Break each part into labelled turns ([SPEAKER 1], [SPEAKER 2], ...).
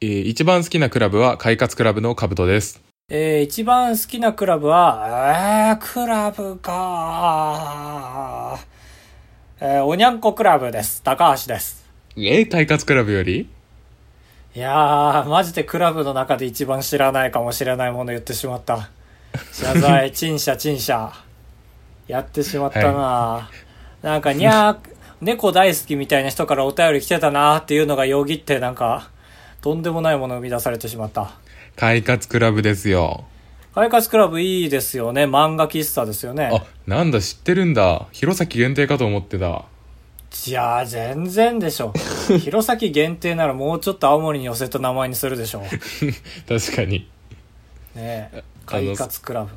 [SPEAKER 1] えー一番好きなクラブは快活クラブのカブトです。
[SPEAKER 2] えー、一番好きなクラブは、えー、クラブかえー、おにゃんこクラブです。高橋です。
[SPEAKER 1] えー、快活クラブより
[SPEAKER 2] いやー、マジでクラブの中で一番知らないかもしれないもの言ってしまった。謝罪、陳謝、陳謝。やってしまったな、なんか、にゃー、猫大好きみたいな人からお便り来てたなーっていうのがよぎって、なんか、とんでもないものを生み出されてしまった。
[SPEAKER 1] 快活クラブですよ。
[SPEAKER 2] 快活クラブいいですよね。漫画喫茶ですよね。
[SPEAKER 1] あ、なんだ知ってるんだ。弘前限定かと思ってた。
[SPEAKER 2] いやー、全然で しょ。弘前限定ならもうちょっと青森に寄せた名前にするでしょう。
[SPEAKER 1] 確かに。
[SPEAKER 2] ねえ。
[SPEAKER 1] あの
[SPEAKER 2] 快活クラブ。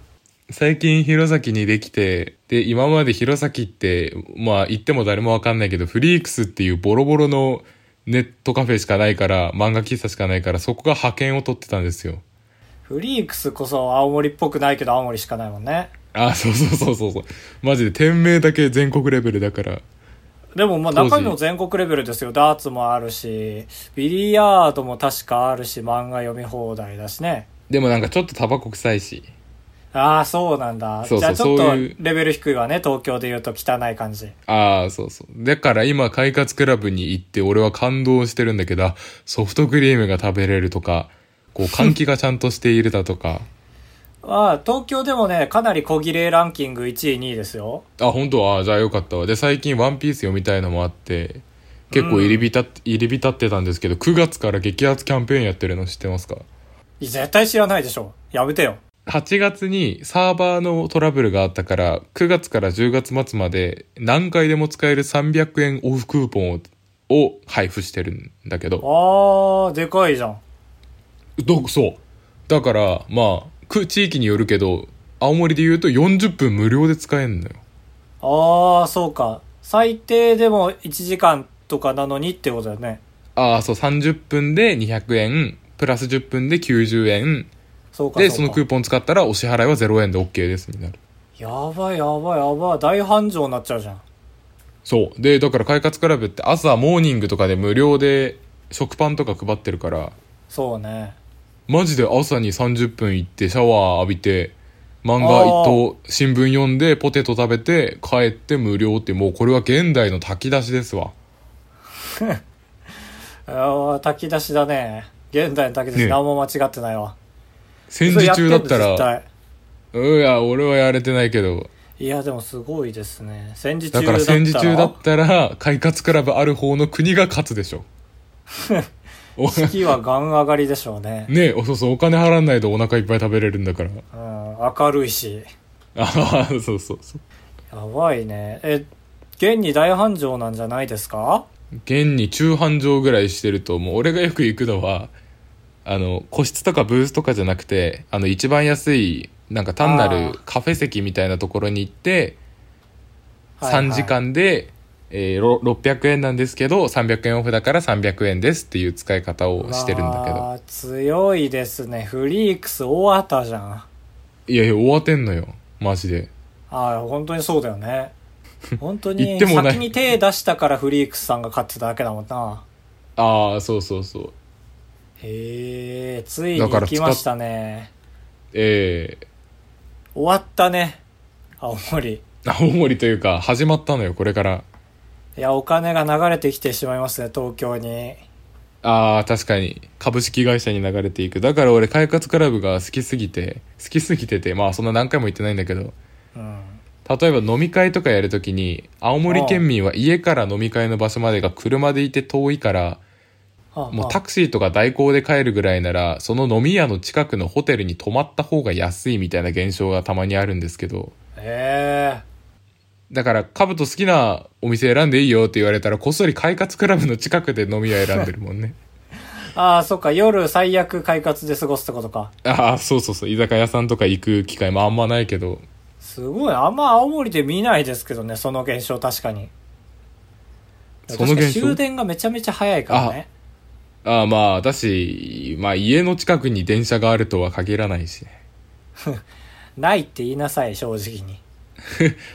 [SPEAKER 1] 最近弘前にできて、で、今まで弘前って、まあ言っても誰もわかんないけど、フリークスっていうボロボロのネットカフェしかないから、漫画喫茶しかないから、そこが派遣を取ってたんですよ。
[SPEAKER 2] フリークスこそ青森っぽくないけど青森しかないもんね。
[SPEAKER 1] あ、そうそうそうそうそう。マジで店名だけ全国レベルだから。
[SPEAKER 2] でもまあ
[SPEAKER 1] 当時
[SPEAKER 2] 中身も全国レベルですよ。ダーツもあるし、ビリヤードも確かあるし、漫画読み放題だしね。
[SPEAKER 1] でもなんかちょっとタバコ臭いし。
[SPEAKER 2] ああ、そうなんだ。
[SPEAKER 1] そうそう
[SPEAKER 2] じゃあちょっと
[SPEAKER 1] そういう
[SPEAKER 2] レベル低いわね。東京で言うと汚い感じ。
[SPEAKER 1] ああ、そうそう。だから今、快活クラブに行って、俺は感動してるんだけど、あソフトクリームが食べれるとか、こう、換気がちゃんとしているだとか。
[SPEAKER 2] ああ、東京でもね、かなり小切れランキング1位、2位ですよ。
[SPEAKER 1] あ、本当ああ、じゃあよかったわ。で、最近ワンピース読みたいのもあって、結構入り浸って、入り浸ってたんですけど、9月から激アツキャンペーンやってるの知ってますか
[SPEAKER 2] い絶対知らないでしょ。やめてよ。
[SPEAKER 1] 8月にサーバーのトラブルがあったから、9月から10月末まで何回でも使える300円オフクーポンをを配布してるんだけど。
[SPEAKER 2] あー、でかいじゃん。
[SPEAKER 1] ど、そう。だから、まあ、く、地域によるけど、青森で言うと40分無料で使えんのよ。
[SPEAKER 2] あー、そうか。最低でも1時間とかなのにってことだよね。
[SPEAKER 1] ああ、そう、30分で200円、プラス10分で90円、
[SPEAKER 2] そうか。
[SPEAKER 1] で、
[SPEAKER 2] うか
[SPEAKER 1] そのクーポン使ったらお支払いは0円で OK ですになる。
[SPEAKER 2] やばいやばいやばい。大繁盛になっちゃうじゃん。
[SPEAKER 1] そう。で、だから快活クラブって朝モーニングとかで無料で食パンとか配ってるから、
[SPEAKER 2] そうね。
[SPEAKER 1] マジで朝に30分行ってシャワー浴びて、漫画一等新聞読んでポテト食べて帰って無料ってもうこれは現代の炊き出しですわ。
[SPEAKER 2] あー、炊き出しだね。現代の炊き出
[SPEAKER 1] ね
[SPEAKER 2] し何も間違ってないわ。
[SPEAKER 1] 戦
[SPEAKER 2] それ
[SPEAKER 1] 時
[SPEAKER 2] やてん
[SPEAKER 1] 中
[SPEAKER 2] の
[SPEAKER 1] だった
[SPEAKER 2] 絶
[SPEAKER 1] ら、
[SPEAKER 2] 対
[SPEAKER 1] うんいや、俺はやれてないけど、
[SPEAKER 2] いや、でもすごいですね。戦時中だ
[SPEAKER 1] だ
[SPEAKER 2] った。
[SPEAKER 1] からら戦時中だったら、快活クラブある方の国が勝つでしょ。 お
[SPEAKER 2] 月はガン上がりでしょうね。
[SPEAKER 1] ねえ、おそうそう、お金払わないとお腹いっぱい食べれるんだから。
[SPEAKER 2] うん、明るいし。
[SPEAKER 1] ああ、そうそうそう。
[SPEAKER 2] やばいね。え、現に大繁盛なんじゃないですか
[SPEAKER 1] 現に中半畳ぐらいしてるともう俺がよく行くのはあの個室とかブースとかじゃなくてあの一番安いなんか単な
[SPEAKER 2] あ
[SPEAKER 1] る
[SPEAKER 2] ー
[SPEAKER 1] カフェ席みたいなところに行って
[SPEAKER 2] はいはい
[SPEAKER 1] 3時間で、えーろ600円なんですけど300円オフだから300円ですっていう使い方をしてるんだけ
[SPEAKER 2] う
[SPEAKER 1] ど
[SPEAKER 2] わー強いですねフリークス大たじゃんあ
[SPEAKER 1] いやいや終わってんのよマジで
[SPEAKER 2] あ本当にそうだよ ね本当
[SPEAKER 1] 言っ
[SPEAKER 2] に
[SPEAKER 1] てもない
[SPEAKER 2] 先に手出したからフリークスさんが勝ってただけだもんな
[SPEAKER 1] ああそうそうそう
[SPEAKER 2] へえつい
[SPEAKER 1] だ
[SPEAKER 2] に
[SPEAKER 1] から
[SPEAKER 2] 行
[SPEAKER 1] 使っ
[SPEAKER 2] きましたね
[SPEAKER 1] えー
[SPEAKER 2] 終わったね青森
[SPEAKER 1] 青森というか始まったのよこれから
[SPEAKER 2] いやお金が流れてきてしまいますね東京に
[SPEAKER 1] ああ、確かに。株式会社に流れていく。だから俺、快活クラブが好きすぎて、好きすぎてて、まあそんな何回も言ってないんだけど、
[SPEAKER 2] うん
[SPEAKER 1] 例えば飲み会とかやるときに、青森県民は家から飲み会の場所までが車でいて遠いから、
[SPEAKER 2] はあ
[SPEAKER 1] もう
[SPEAKER 2] はあ
[SPEAKER 1] タクシーとか代行で帰るぐらいなら、その飲み屋の近くのホテルに泊まった方が安いみたいな現象がたまにあるんですけど、
[SPEAKER 2] え
[SPEAKER 1] だから、カブト好きなお店選んでいいよって言われたら、こっそり快活クラブの近くで飲み屋選んでるもんね。
[SPEAKER 2] えああそっか夜最悪快活で過ごすってことか
[SPEAKER 1] ああ、そうそうそう。居酒屋さんとか行く機会もあんまないけど。
[SPEAKER 2] すごい。あんま青森で見ないですけどね、その現象確かに。
[SPEAKER 1] その現象
[SPEAKER 2] 確か終電がめちゃめちゃ早いからね。
[SPEAKER 1] ああ、まあ、だし、まあ家の近くに電車があるとは限らないしね。
[SPEAKER 2] ないって言いなさい、正直に。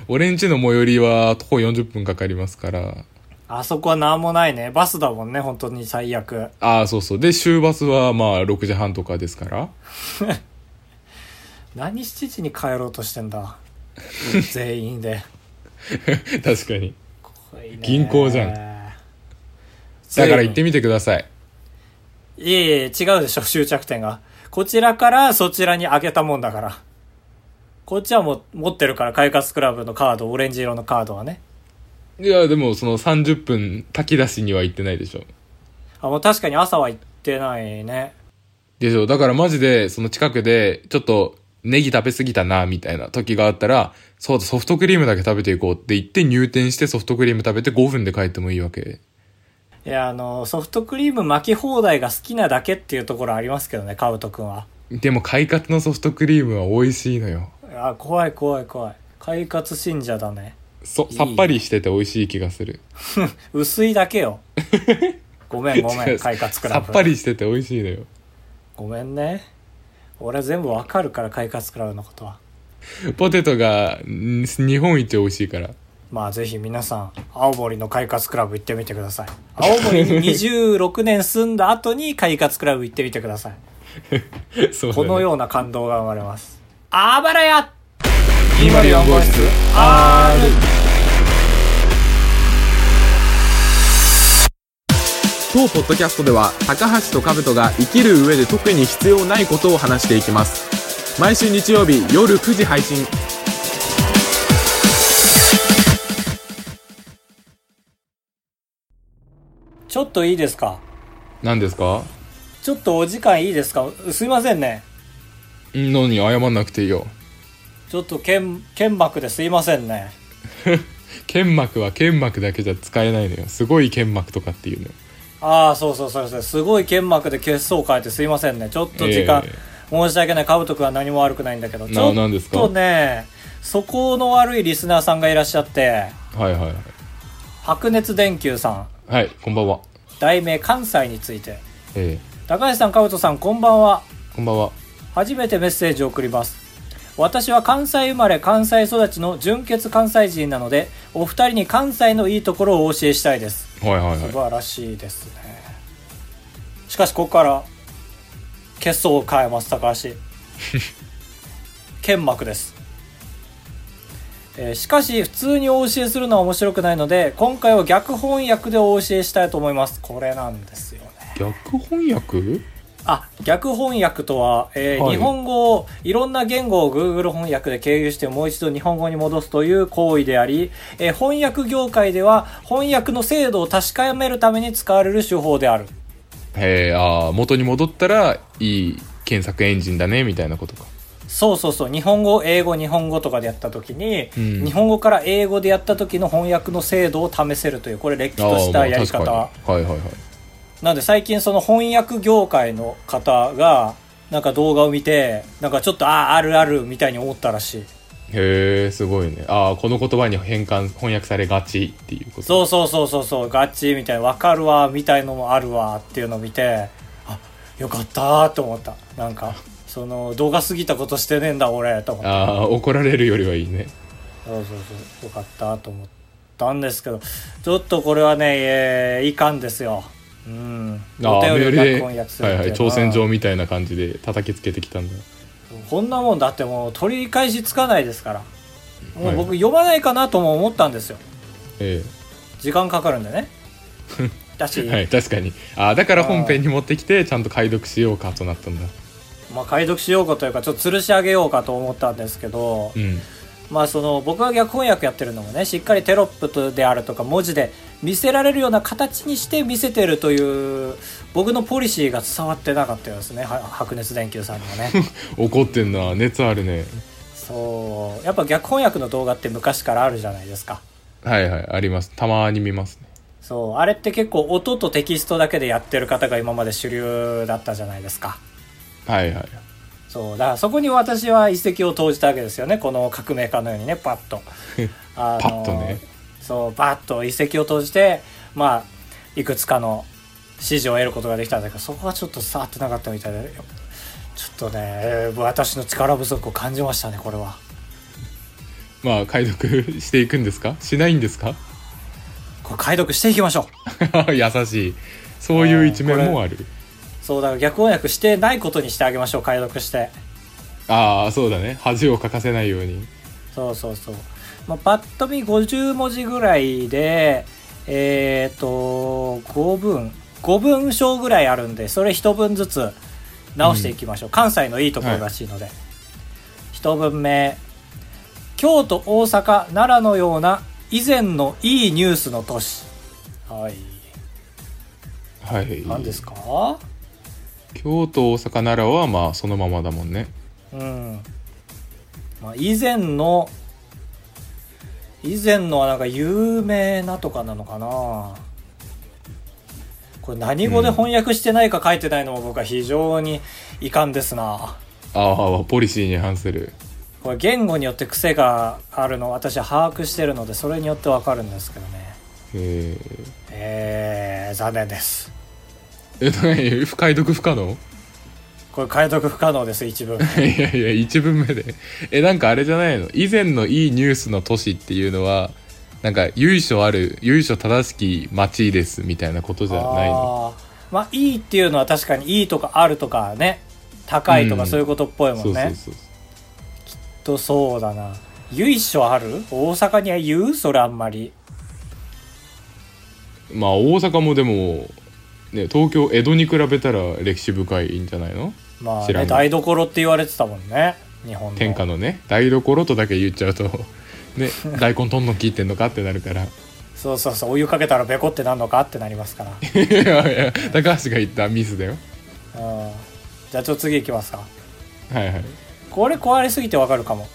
[SPEAKER 1] 俺んちの最寄りは徒歩40分かかりますから。
[SPEAKER 2] あそこはなんもないね。バスだもんね、本当に最悪。
[SPEAKER 1] ああ、そうそう。で、終バスはまあ6時半とかですから。
[SPEAKER 2] 何7時に帰ろうとして んだ。全員で。
[SPEAKER 1] 確かに。
[SPEAKER 2] 怖い ね
[SPEAKER 1] 銀行じゃんだから行ってみてください。
[SPEAKER 2] いえいえ、違うでしょ、終着点が。こちらからそちらにあげたもんだから。こっちはもう持ってるから、快活クラブのカード、オレンジ色のカードはね。
[SPEAKER 1] いや、でもその30分炊き出しには行ってないでしょ。
[SPEAKER 2] あ、もう確かに朝は行ってないね。
[SPEAKER 1] でしょ。だからマジで、その近くで、ちょっと、ネギ食べ過ぎたな、みたいな時があったら、そうだ、ソフトクリームだけ食べていこうって言って入店してソフトクリーム食べて5分で帰ってもいいわけ。
[SPEAKER 2] いや、あの、ソフトクリーム巻き放題が好きなだけっていうところありますけどね、カウトくんは。
[SPEAKER 1] でも、快活のソフトクリームは美味しいのよ。
[SPEAKER 2] あ、怖い怖い怖い。快活信者だね。
[SPEAKER 1] そ、
[SPEAKER 2] いい
[SPEAKER 1] さっぱりしてて美味しい気がする。
[SPEAKER 2] 薄いだけ よ。ごめんご
[SPEAKER 1] 違
[SPEAKER 2] め、
[SPEAKER 1] うん
[SPEAKER 2] 快活ク
[SPEAKER 1] さ
[SPEAKER 2] ラ
[SPEAKER 1] っぱ
[SPEAKER 2] ブ。
[SPEAKER 1] りしてて美味しいのよ。
[SPEAKER 2] ごめんね。俺全部わかるから、快活クラブのことは。
[SPEAKER 1] ポテトが、ん日本一美味しいから。
[SPEAKER 2] まあぜひ皆さん、青森の快活クラブ行ってみてください。青森に26年住んだ後に快活クラブ行ってみてください。
[SPEAKER 1] そうだね
[SPEAKER 2] このような感動が生ま れます。あばらや
[SPEAKER 1] 204号室
[SPEAKER 2] R!
[SPEAKER 3] 当ポッドキャストでは高橋と兜が生きる上で特に必要ないことを話していきます毎週日曜日夜9時配信
[SPEAKER 2] ちょっといいですか
[SPEAKER 1] 何ですか
[SPEAKER 2] ちょっとお時間いいですかすいませんね。
[SPEAKER 1] んのに謝んなくていいよ。
[SPEAKER 2] ちょっと剣、剣幕ですいませんね。
[SPEAKER 1] 剣幕は剣幕だけじゃ使えないのよ。すごい剣幕とかっていうのよ。
[SPEAKER 2] ああ、そうそうそうそう。すごい剣幕で血相変えてすいませんね。ちょっと時間、
[SPEAKER 1] いえい
[SPEAKER 2] 申し訳ない。カブト君は何も悪くないんだけど。
[SPEAKER 1] な
[SPEAKER 2] ちょ
[SPEAKER 1] なんで
[SPEAKER 2] っ
[SPEAKER 1] すか
[SPEAKER 2] とね、そこの悪いリスナーさんがいらっしゃって、
[SPEAKER 1] はいはいはい。
[SPEAKER 2] 白熱電球さん、
[SPEAKER 1] はい、こんばんは。
[SPEAKER 2] 題名関西について。
[SPEAKER 1] え
[SPEAKER 2] 高橋さん、カブトさん、こんばんは。
[SPEAKER 1] ー、こんばんは。
[SPEAKER 2] 初めてメッセージを送ります私は関西生まれ関西育ちの純血関西人なのでお二人に関西のいいところをお教えしたいです
[SPEAKER 1] はいはい
[SPEAKER 2] 素
[SPEAKER 1] は
[SPEAKER 2] 晴らしいですねしかしここから血相を変えます高橋剣幕です、えーしかし普通にお教えするのは面白くないので今回は逆翻訳でお教えしたいと思いますこれなんですよね
[SPEAKER 1] い。逆翻訳
[SPEAKER 2] あ逆翻訳とは、えー
[SPEAKER 1] はい
[SPEAKER 2] 日本語をいろんな言語を Google 翻訳で経由してもう一度日本語に戻すという行為であり、えー翻訳業界では翻訳の精度を確かめるために使われる手法である
[SPEAKER 1] えー、あー元に戻ったらいい検索エンジンだね、みたいなことか。
[SPEAKER 2] そうそうそう日本語を英語日本語とかでやった時に、
[SPEAKER 1] うん
[SPEAKER 2] 日本語から英語でやった時の翻訳の精度を試せるというこれれっき
[SPEAKER 1] あー
[SPEAKER 2] としたやり
[SPEAKER 1] ま
[SPEAKER 2] 方
[SPEAKER 1] あ確かに。はいはいはい。
[SPEAKER 2] なんで最近その翻訳業界の方がなんか動画を見てなんかちょっとあああるあるみたいに思ったらしい
[SPEAKER 1] へえ、すごいね。ああ、この言葉に変換、翻訳されがちっていうこと。
[SPEAKER 2] そうそうそうそうそうガチみたいなわかるわみたいのもあるわっていうのを見てあよかったーと思ったなんかその動画過ぎたことしてねえんだ俺と思って
[SPEAKER 1] ああ、怒られるよりはいいね。
[SPEAKER 2] そうそうそうよかったーと思ったんですけどちょっとこれはね、えー、いかんですようん
[SPEAKER 1] ああ、
[SPEAKER 2] お
[SPEAKER 1] メ
[SPEAKER 2] 便り
[SPEAKER 1] ー
[SPEAKER 2] を
[SPEAKER 1] ルで、は
[SPEAKER 2] 逆翻
[SPEAKER 1] い
[SPEAKER 2] 訳するってう
[SPEAKER 1] は
[SPEAKER 2] の
[SPEAKER 1] い、挑戦状みたいな感じで叩きつけてきたんだ。
[SPEAKER 2] こんなもんだってもう取り返しつかないですからもう
[SPEAKER 1] は
[SPEAKER 2] 僕読まないかなとも思ったんですよ
[SPEAKER 1] え
[SPEAKER 2] 時間かかるん でねだし、
[SPEAKER 1] えはい、確かに。ああ、だから本編に持ってきて、ちゃんと解読しようかとなったんだ。
[SPEAKER 2] まあ、解読しようかというかちょっと吊るし上げようかと思ったんですけど、
[SPEAKER 1] うん。
[SPEAKER 2] まあその僕が逆翻訳やってるのもねしっかりテロップとであるとか文字で見せられるような形にして見せてるという僕のポリシーが伝わってなかったようですねは白熱電球さんにもね
[SPEAKER 1] 怒ってんな。熱あるね。
[SPEAKER 2] そうやっぱ逆翻訳の動画って昔からあるじゃないですか
[SPEAKER 1] はいはい、あります。たまに見ますね。
[SPEAKER 2] そうあれって結構音とテキストだけでやってる方が今まで主流だったじゃないですか
[SPEAKER 1] はいはい。
[SPEAKER 2] そうだからそこに私は一石を投じたわけですよねこの革命家のようにねパッとあ
[SPEAKER 1] パッとね
[SPEAKER 2] そうパッと一石を投じてまあいくつかの支持を得ることができたんだけどそこはちょっと伝わってなかったみたいでちょっとねえー私の力不足を感じましたねこれは
[SPEAKER 1] まあ、解読していくんですかしないんですか
[SPEAKER 2] これ解読していきましょう
[SPEAKER 1] 優しいそういう一面もある
[SPEAKER 2] そうだから逆翻訳してないことにしてあげましょう解読して
[SPEAKER 1] ああーそうだね恥をかかせないように
[SPEAKER 2] そうそうそう、まあ、パッと見50文字ぐらいでえっ、と5文5文章ぐらいあるんでそれ1文ずつ直していきましょう、関西のいいところらしいので、1文目京都大阪奈良のような以前のいいニュースの都市はい
[SPEAKER 1] はい
[SPEAKER 2] 何ですか、
[SPEAKER 1] 京都大阪奈良はまあそのままだもんね
[SPEAKER 2] うんまあ、以前の以前のはなんか有名なとかなのかなこれ何語で翻訳してないか書いてないのも僕は非常に遺憾ですな
[SPEAKER 1] ああポリシーに反する
[SPEAKER 2] これ言語によって癖があるのを私は把握してるのでそれによってわかるんですけどね
[SPEAKER 1] え
[SPEAKER 2] えー、残念です
[SPEAKER 1] ー、え何 解読不可能
[SPEAKER 2] これ解読不可能です一部
[SPEAKER 1] いやいや一文目でえなんかあれじゃないの以前のいいニュースの都市っていうのはなんか由緒ある由緒正しき町ですみたいなことじゃないの
[SPEAKER 2] あーまあいいっていうのは確かにいいとかあるとかね高いと
[SPEAKER 1] う
[SPEAKER 2] か
[SPEAKER 1] ん
[SPEAKER 2] そういうことっぽいも
[SPEAKER 1] そ
[SPEAKER 2] んね、
[SPEAKER 1] うそうそう
[SPEAKER 2] とそうだな由緒ある大阪には言うそれあんまり
[SPEAKER 1] まあ大阪もでも、ね、東京江戸に比べたら歴史深いんじゃないの
[SPEAKER 2] まあ
[SPEAKER 1] 知ら
[SPEAKER 2] ね
[SPEAKER 1] ん
[SPEAKER 2] 台所って言われてたもんね日本の
[SPEAKER 1] 天下のね台所とだけ言っちゃうと ね大根どんどん切ってんのかってなるから い
[SPEAKER 2] そうそうそうお湯かけたらベコってなんのかってなりま すから、うん、
[SPEAKER 1] やいや高橋が言ったミスだよ
[SPEAKER 2] じゃあちょっと次いきますか
[SPEAKER 1] はいはい
[SPEAKER 2] これ壊れすぎてわかるかも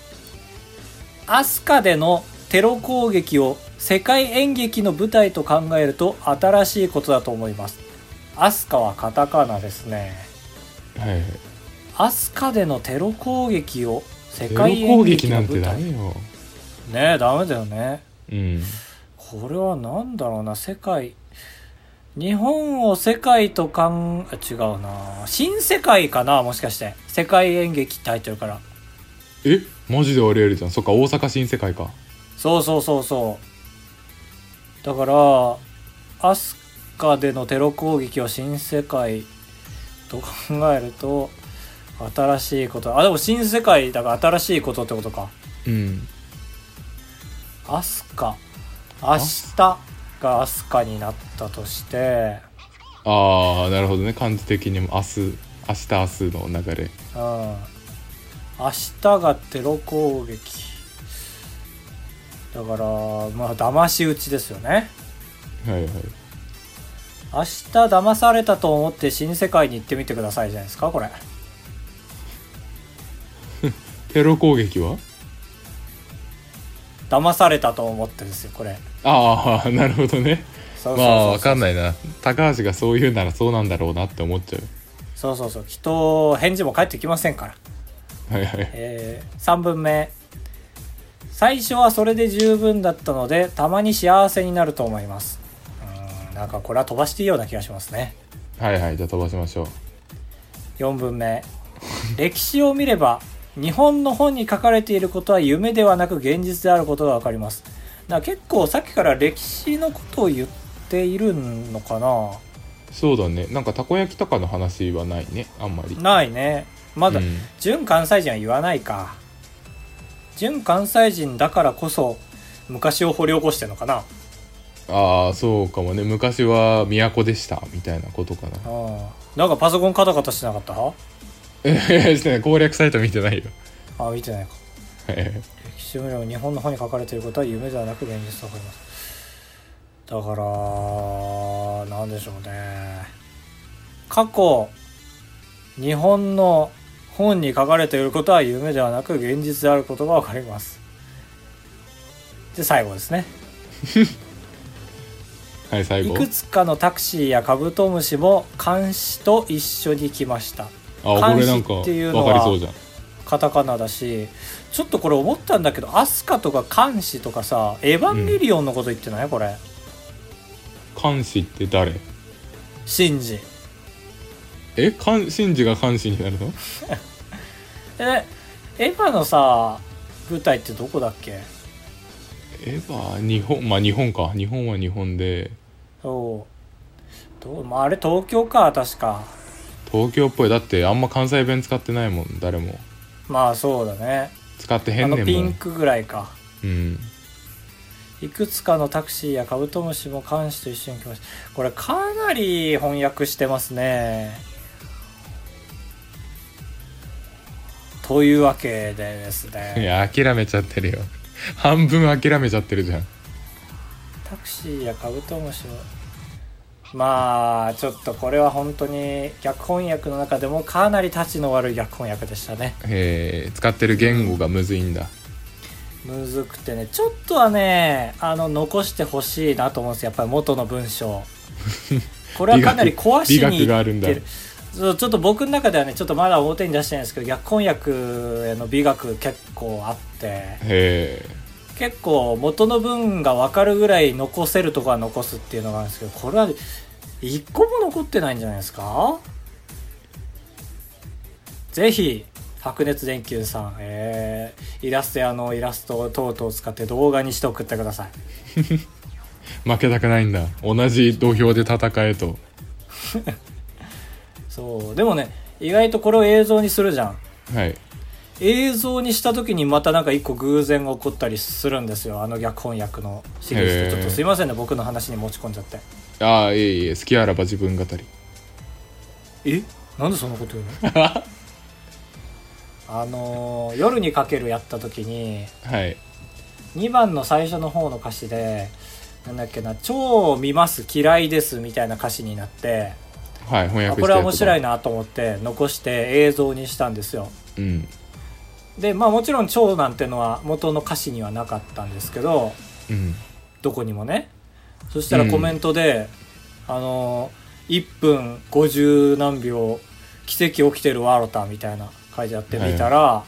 [SPEAKER 2] 飛鳥でのテロ攻撃を世界演劇の舞台と考えると新しいことだと思います飛鳥はカタカナですね
[SPEAKER 1] はいはい
[SPEAKER 2] 飛鳥でのテロ攻撃を世
[SPEAKER 1] テロ
[SPEAKER 2] 界
[SPEAKER 1] 攻
[SPEAKER 2] 演
[SPEAKER 1] 撃
[SPEAKER 2] 劇
[SPEAKER 1] な
[SPEAKER 2] の
[SPEAKER 1] んて
[SPEAKER 2] 舞
[SPEAKER 1] ダ
[SPEAKER 2] 台
[SPEAKER 1] メよ
[SPEAKER 2] ねえダメだよね
[SPEAKER 1] うん
[SPEAKER 2] これは何だろうな世界日本を世界とかんあ違うな新世界かなもしかして世界演劇って入ってるから
[SPEAKER 1] えマジでありえるじゃんそっか大阪新世界か
[SPEAKER 2] そうそうそうそうだから飛鳥でのテロ攻撃を新世界と考えると新しいことあでも新世界だから新しいことってことか
[SPEAKER 1] うん
[SPEAKER 2] 飛鳥明日が飛鳥になったとして
[SPEAKER 1] ああなるほどね漢字的にも明日明日明日の流れ
[SPEAKER 2] うん明日がテロ攻撃だからまあ騙し討ちですよね
[SPEAKER 1] はいはい
[SPEAKER 2] 明日騙されたと思って新世界に行ってみてくださいじゃないですかこれ
[SPEAKER 1] テロ攻撃は
[SPEAKER 2] 騙されたと思ってですよこれ
[SPEAKER 1] ああなるほどね
[SPEAKER 2] そうそ
[SPEAKER 1] ま
[SPEAKER 2] うそう
[SPEAKER 1] あわかん
[SPEAKER 2] い
[SPEAKER 1] ないな高橋がそう言うならそうなんだろうなって思っちゃ
[SPEAKER 2] そうそうそう人返事も返ってきませんから
[SPEAKER 1] うはいはい
[SPEAKER 2] え3分目最初はそれで十分だったのでたまに幸せになると思いますうーんなんかこれは飛ばしていいような気がしますね
[SPEAKER 1] はいはいじゃあ飛ばしましょう
[SPEAKER 2] 4分目歴史を見れば日本の本に書かれていることは夢ではなく現実であることが分かりますだから結構さっきから歴史のことを言っているのかな
[SPEAKER 1] そうだねなんかたこ焼きとかの話はないねあんまり
[SPEAKER 2] ないねまだ
[SPEAKER 1] うん
[SPEAKER 2] 純関西人は言わないか純関西人だからこそ昔を掘り起こしてるのかな
[SPEAKER 1] ああそうかもね昔は都でしたみたいなことかな
[SPEAKER 2] うんなんかパソコンカタカタしてなかった
[SPEAKER 1] ええしてない攻略サイト見てないよ
[SPEAKER 2] あ見てないか
[SPEAKER 1] え
[SPEAKER 2] 歴史を見れば日本の方に書かれていることは夢ではなく現実と分かりますだからなんでしょうね過去日本の本に書かれていることは夢ではなく現実であることが分かりますで最後ですね
[SPEAKER 1] えはい最
[SPEAKER 2] い
[SPEAKER 1] 後
[SPEAKER 2] くつかのタクシーやカブトムシも監視と一緒に来ました
[SPEAKER 1] あこれなんか
[SPEAKER 2] 監視っていうのは
[SPEAKER 1] わかりそうじゃん
[SPEAKER 2] カタカナだしちょっとこれ思ったんだけどアスカとか監視とかさエヴァンゲリオンのこと言ってない、これ
[SPEAKER 1] 監視って誰
[SPEAKER 2] シンジ
[SPEAKER 1] え監シンジが監視になるの
[SPEAKER 2] えエヴァのさ舞台ってどこだっけ
[SPEAKER 1] エヴァ日本まあ日本か日本は日本で
[SPEAKER 2] そうどう、まあ、あれ東京か確か
[SPEAKER 1] 東京っぽいだってあんま関西弁使ってないもん誰も
[SPEAKER 2] まあそうだね
[SPEAKER 1] 使ってへ
[SPEAKER 2] あ
[SPEAKER 1] んね
[SPEAKER 2] のピ
[SPEAKER 1] んも
[SPEAKER 2] ン
[SPEAKER 1] ん
[SPEAKER 2] クぐらいか
[SPEAKER 1] うん
[SPEAKER 2] いくつかのタクシーやカブトムシも監視と一緒に来ましたこれかなり翻訳してますねというわけでです
[SPEAKER 1] い
[SPEAKER 2] ね
[SPEAKER 1] や諦めちゃってるよ半分諦めちゃってるじゃん
[SPEAKER 2] タクシーやカブトムシもまあちょっとこれは本当に逆翻訳の中でもかなりタチの悪い逆翻訳でしたね
[SPEAKER 1] えー使ってる言語がむずいんだ
[SPEAKER 2] むずくてねちょっとはねあの残してほしいなと思うんですよやっぱり元の 文章これはかなり壊しに
[SPEAKER 1] 美学美学がある
[SPEAKER 2] い
[SPEAKER 1] ん
[SPEAKER 2] っ
[SPEAKER 1] だ
[SPEAKER 2] てるそうちょっと僕の中ではねちょっとまだ表に出してないんですけど逆婚約への美学結構あって
[SPEAKER 1] へ
[SPEAKER 2] 結構元の文が分かるぐらい残せるとこは残すっていうのがあるんですけどこれは一個も残ってないんじゃないですかぜひ白熱電球さん、えーイラスト屋のイラスト等々を使って動画にして送ってください
[SPEAKER 1] え負けたくないんだ同じ土俵で戦えと
[SPEAKER 2] そうでもね意外とこれを映像にするじゃん
[SPEAKER 1] はい
[SPEAKER 2] 映像にした時にまたなんか一個偶然が起こったりするんですよあの逆翻訳のシリーズっ
[SPEAKER 1] へー
[SPEAKER 2] てちょっとすいませんね僕の話に持ち込んじゃって
[SPEAKER 1] ああいえいえ好きあらば自分語り
[SPEAKER 2] えなんでそんなこと言うの あのー夜にかける」やった時に
[SPEAKER 1] はい
[SPEAKER 2] 2番の最初の方の歌詞でなんだっけな「超見ます嫌いです」みたいな歌詞になって
[SPEAKER 1] はい翻
[SPEAKER 2] あ
[SPEAKER 1] 訳
[SPEAKER 2] これは面白い
[SPEAKER 1] い
[SPEAKER 2] なと思って残して映像にしたんですよ
[SPEAKER 1] うん
[SPEAKER 2] でまあもちろん「超」なんてのは元の歌詞にはなかったんですけど
[SPEAKER 1] うん
[SPEAKER 2] どこにもねそしたらコメントで、あの1分50何秒奇跡起きてるわあロタみたいな書いてあって
[SPEAKER 1] はい
[SPEAKER 2] 見たら、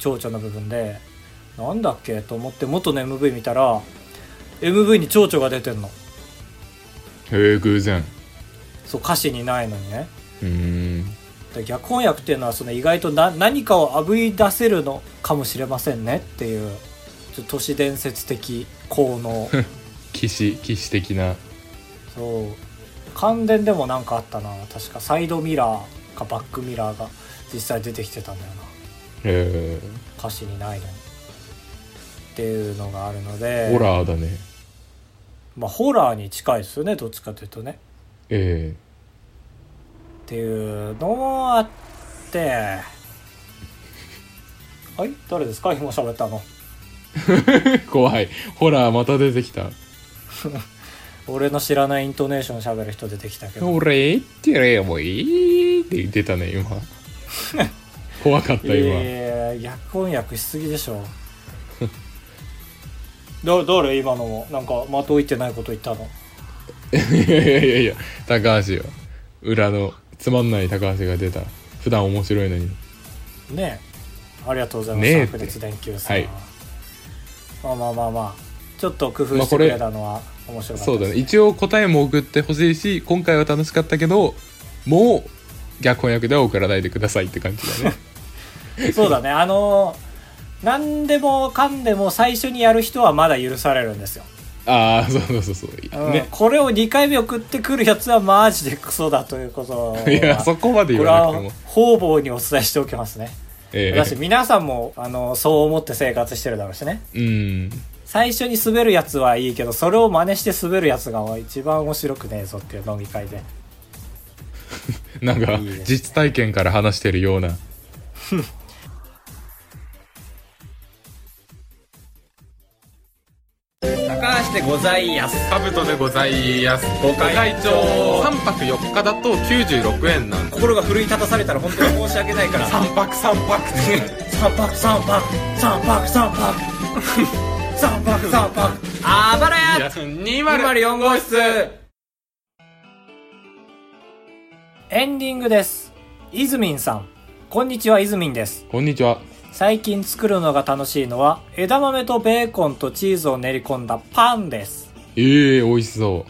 [SPEAKER 2] 蝶々の部分でなんだっけと思って元の MV 見たら MV に蝶々が出てんの
[SPEAKER 1] へえ偶然
[SPEAKER 2] そう歌詞にないのにね
[SPEAKER 1] うーん
[SPEAKER 2] で逆翻訳っていうのはその意外とな何かをあぶり出せるのかもしれませんねっていうちょっと都市伝説的効能
[SPEAKER 1] 騎士騎士的な
[SPEAKER 2] そう感電でもなんかあったな確かサイドミラーかバックミラーが実際出てきてたんだよな
[SPEAKER 1] え
[SPEAKER 2] 歌詞にないのにっていうのがあるの
[SPEAKER 1] え
[SPEAKER 2] で
[SPEAKER 1] ホラーだね
[SPEAKER 2] まあ、ホラーに近いですよねどっちかというとね
[SPEAKER 1] え
[SPEAKER 2] っていうのもあってはい誰ですか今喋ったの
[SPEAKER 1] え 怖いホラーまた出てきた
[SPEAKER 2] 俺の知らないイントネーション喋る人出てきたけど
[SPEAKER 1] 俺ってれもいいって出たね 今怖かった
[SPEAKER 2] い
[SPEAKER 1] 今、
[SPEAKER 2] やいやいや逆翻訳しすぎでし ょだ誰今のもなんか的をいってないこと言ったの
[SPEAKER 1] いやいやいやいや高橋よ裏のつまんない高橋が出た普段面白いのに
[SPEAKER 2] ねえありがとうございます
[SPEAKER 1] ねえ
[SPEAKER 2] 白熱電球さん、
[SPEAKER 1] はい
[SPEAKER 2] まあまあまあまあちょっと工夫
[SPEAKER 1] まあ
[SPEAKER 2] して
[SPEAKER 1] こ
[SPEAKER 2] く
[SPEAKER 1] れ
[SPEAKER 2] れたのは面白かった
[SPEAKER 1] そうだね
[SPEAKER 2] です
[SPEAKER 1] 一応答えも送ってほしいし今回は楽しかったけどもう逆翻訳では送らないでくださいって感じだ ね
[SPEAKER 2] そうだねあのー何でもかんでも最初にやる人はまだ許されるんですよ、
[SPEAKER 1] ああそうそうそうそう
[SPEAKER 2] うん
[SPEAKER 1] ね
[SPEAKER 2] これを2回目送ってくるやつはマジでクソだということを
[SPEAKER 1] いやそこまで言
[SPEAKER 2] これ
[SPEAKER 1] わなく
[SPEAKER 2] は
[SPEAKER 1] ても、
[SPEAKER 2] 方々にお伝えしておきますね。
[SPEAKER 1] え
[SPEAKER 2] だし、皆さんも、あの、そう思って生活してるだろうしね。
[SPEAKER 1] えうん
[SPEAKER 2] 最初に滑るやつはいいけど、それを真似して滑るやつが一番面白くねえぞっていう飲み会で。
[SPEAKER 1] なんか
[SPEAKER 2] いいですね
[SPEAKER 1] 実体験から話してるような
[SPEAKER 2] 高橋でございやす。
[SPEAKER 3] カブトでございますご
[SPEAKER 2] 会長
[SPEAKER 3] 3泊4日だと96円なんで
[SPEAKER 2] 心が奮い立たされたら本当に申し訳ないから。
[SPEAKER 3] 3泊3泊で
[SPEAKER 2] 三泊三泊、三泊三泊。三泊三泊。あばらや
[SPEAKER 3] 204号室
[SPEAKER 2] エンディングです。イズミンさん。こんにちは、イズミンです。
[SPEAKER 1] こんにちは
[SPEAKER 2] 最近作るのが楽しいのは枝豆とベーコンとチーズを練り込んだパンです
[SPEAKER 1] ええ美味しそ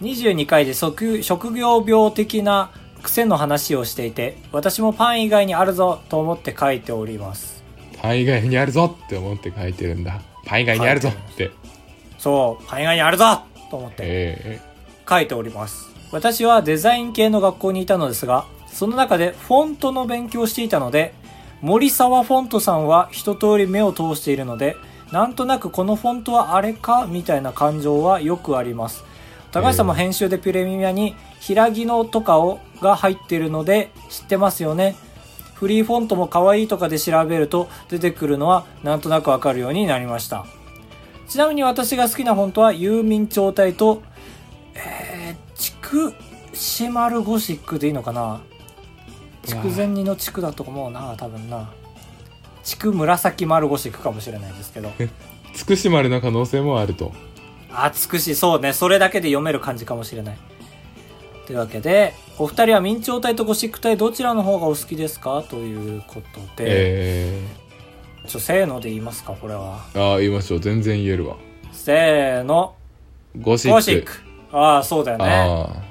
[SPEAKER 2] 22回で職職業病的な癖の話をしていて私もパン以外にあるぞと思って書いております
[SPEAKER 1] う大概にあるぞって思って書いてるんだパイ外にあるぞって。
[SPEAKER 2] そう、海外にあるぞと思って
[SPEAKER 1] え
[SPEAKER 2] 書いております。私はデザイン系の学校にいたのですが、その中でフォントの勉強をしていたので、森沢フォントさんは一通り目を通しているので、なんとなくこのフォントはあれかみたいな感情はよくあります。高橋さんも編集でプレミアに平木のとかをが入っているので知ってますよね。フリーフォントも可愛いとかで調べると出てくるのはなんとなくわかるようになりました。ちなみに私が好きなフォントは郵便超体と、えー、筑シマルゴシックでいいのかな筑前煮の筑だと思うな、多分な。筑紫丸ゴシックかもしれないですけど。
[SPEAKER 1] ー、つくし丸の可能性もあると。
[SPEAKER 2] あ、つくし、そうね。それだけで読める漢字かもしれない。というわけで、お二人は明朝体とゴシック体どちらの方がお好きですかということで、
[SPEAKER 1] え
[SPEAKER 2] ちょ、せーので言いますか、これは。
[SPEAKER 1] ー、ああ、言いましょう。全然言えるわ。
[SPEAKER 2] せーの、
[SPEAKER 1] ゴシック。
[SPEAKER 2] ゴシック。ああ、そうだよね。
[SPEAKER 1] あ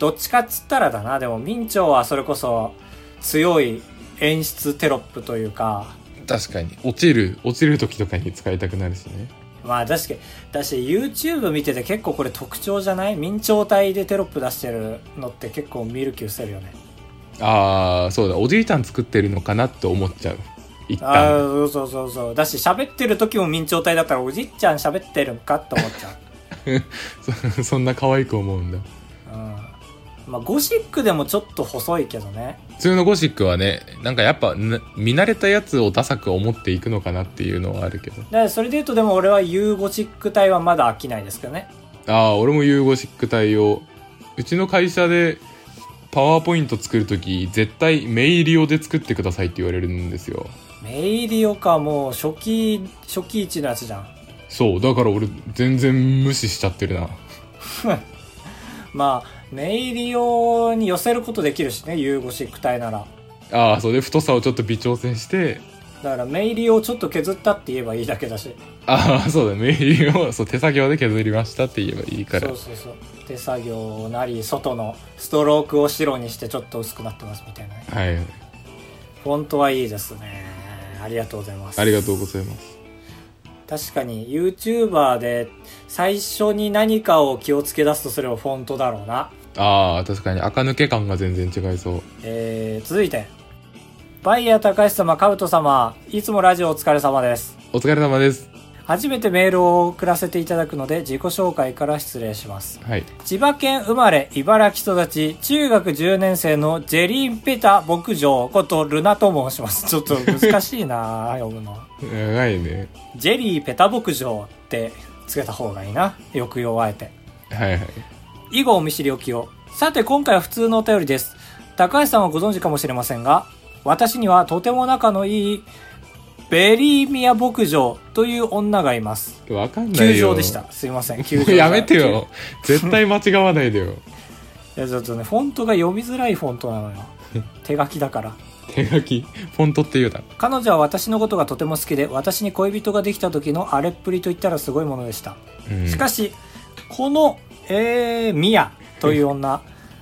[SPEAKER 2] どっちかっつったらだな。でも、明朝はそれこそ、強い演出テロップというか、
[SPEAKER 1] あ、確かに。落ちる、落ちる時とかに使いたくなるしね。
[SPEAKER 2] まあ確かに、だし YouTube 見てて結構これ特徴じゃない明朝体でテロップ出してるのって結構見る気をしてるよね。
[SPEAKER 1] ああ、そうだ。おじいちゃん作ってるのかなって思っちゃう。一
[SPEAKER 2] ああ
[SPEAKER 1] 旦。
[SPEAKER 2] そうそうそうそうだし喋ってる時も明朝体だったらおじいちゃん喋ってるんかって思っちゃう、
[SPEAKER 1] そそんな可愛く思うんだ。
[SPEAKER 2] うん、まあゴシックでもちょっと細いけどね
[SPEAKER 1] 普通のゴシックはね、なんかやっぱな見慣れたやつをダサく思っていくのかなっていうのはあるけど。
[SPEAKER 2] でそれで言うとでも俺は U ゴシック体はまだ飽きないですけどね
[SPEAKER 1] ああ、俺もユーゴシック対応。うちの会社でパワーポイント作るとき、絶対メイリオで作ってくださいって言われるんですよ。
[SPEAKER 2] メイリオかもう初期初期位置のやつじゃん
[SPEAKER 1] そう、だから俺全然無視しちゃってるな。
[SPEAKER 2] まあメイリオに寄せることできるしね U ゴシック体なら
[SPEAKER 1] ああ、それで太さをちょっと微調整して、
[SPEAKER 2] だからメイリオをちょっと削ったって言えばいいだけだし
[SPEAKER 1] ああ、そうだ、メイリオをそう手作業で削りましたって言えばいいから
[SPEAKER 2] そう。そうそう手作業なり外のストロークを白にしてちょっと薄くなってますみたいなね
[SPEAKER 1] はい。
[SPEAKER 2] フォントはいいですね。ありがとうございます。
[SPEAKER 1] ありがとうございます。
[SPEAKER 2] 確かに YouTuber で最初に何かを気をつけ出すとすればフォントだろうな。
[SPEAKER 1] ああ、確かに垢抜け感が全然違いそう。
[SPEAKER 2] えー、続いて。バイヤー高橋様、カブト様、いつもラジオお疲れ様です。
[SPEAKER 1] お疲れ様です。
[SPEAKER 2] 初めてメールを送らせていただくので自己紹介から失礼します。
[SPEAKER 1] はい。
[SPEAKER 2] 千葉県生まれ、茨城育ち、中学10年生のジェリーンペタ牧場ことルナと申します。ちょっと難しいな 読むの。
[SPEAKER 1] 長いね。
[SPEAKER 2] ジェリーペタ牧場ってつけた方がいいな。抑揚をあえて。
[SPEAKER 1] はいはい。
[SPEAKER 2] 以後お見知りおきを。さて今回は普通のお便りです。高橋さんはご存知かもしれませんが、私にはとても仲のいいベリーミア牧場という女がいます。
[SPEAKER 1] わかんないよ。
[SPEAKER 2] 球場でした。すいません。球
[SPEAKER 1] も
[SPEAKER 2] 場
[SPEAKER 1] う
[SPEAKER 2] じゃ
[SPEAKER 1] やめて。よ。絶対間違わないでよ。
[SPEAKER 2] いやちょっとね、フォントが読みづらいフォントなのよ。手書きだから。
[SPEAKER 1] 手書き、フォントって言うな。
[SPEAKER 2] 彼女は私のことがとても好きで、私に恋人ができた時の荒れっぷりと言ったらすごいものでした。
[SPEAKER 1] うん
[SPEAKER 2] しかし、この、えー、ミヤという女、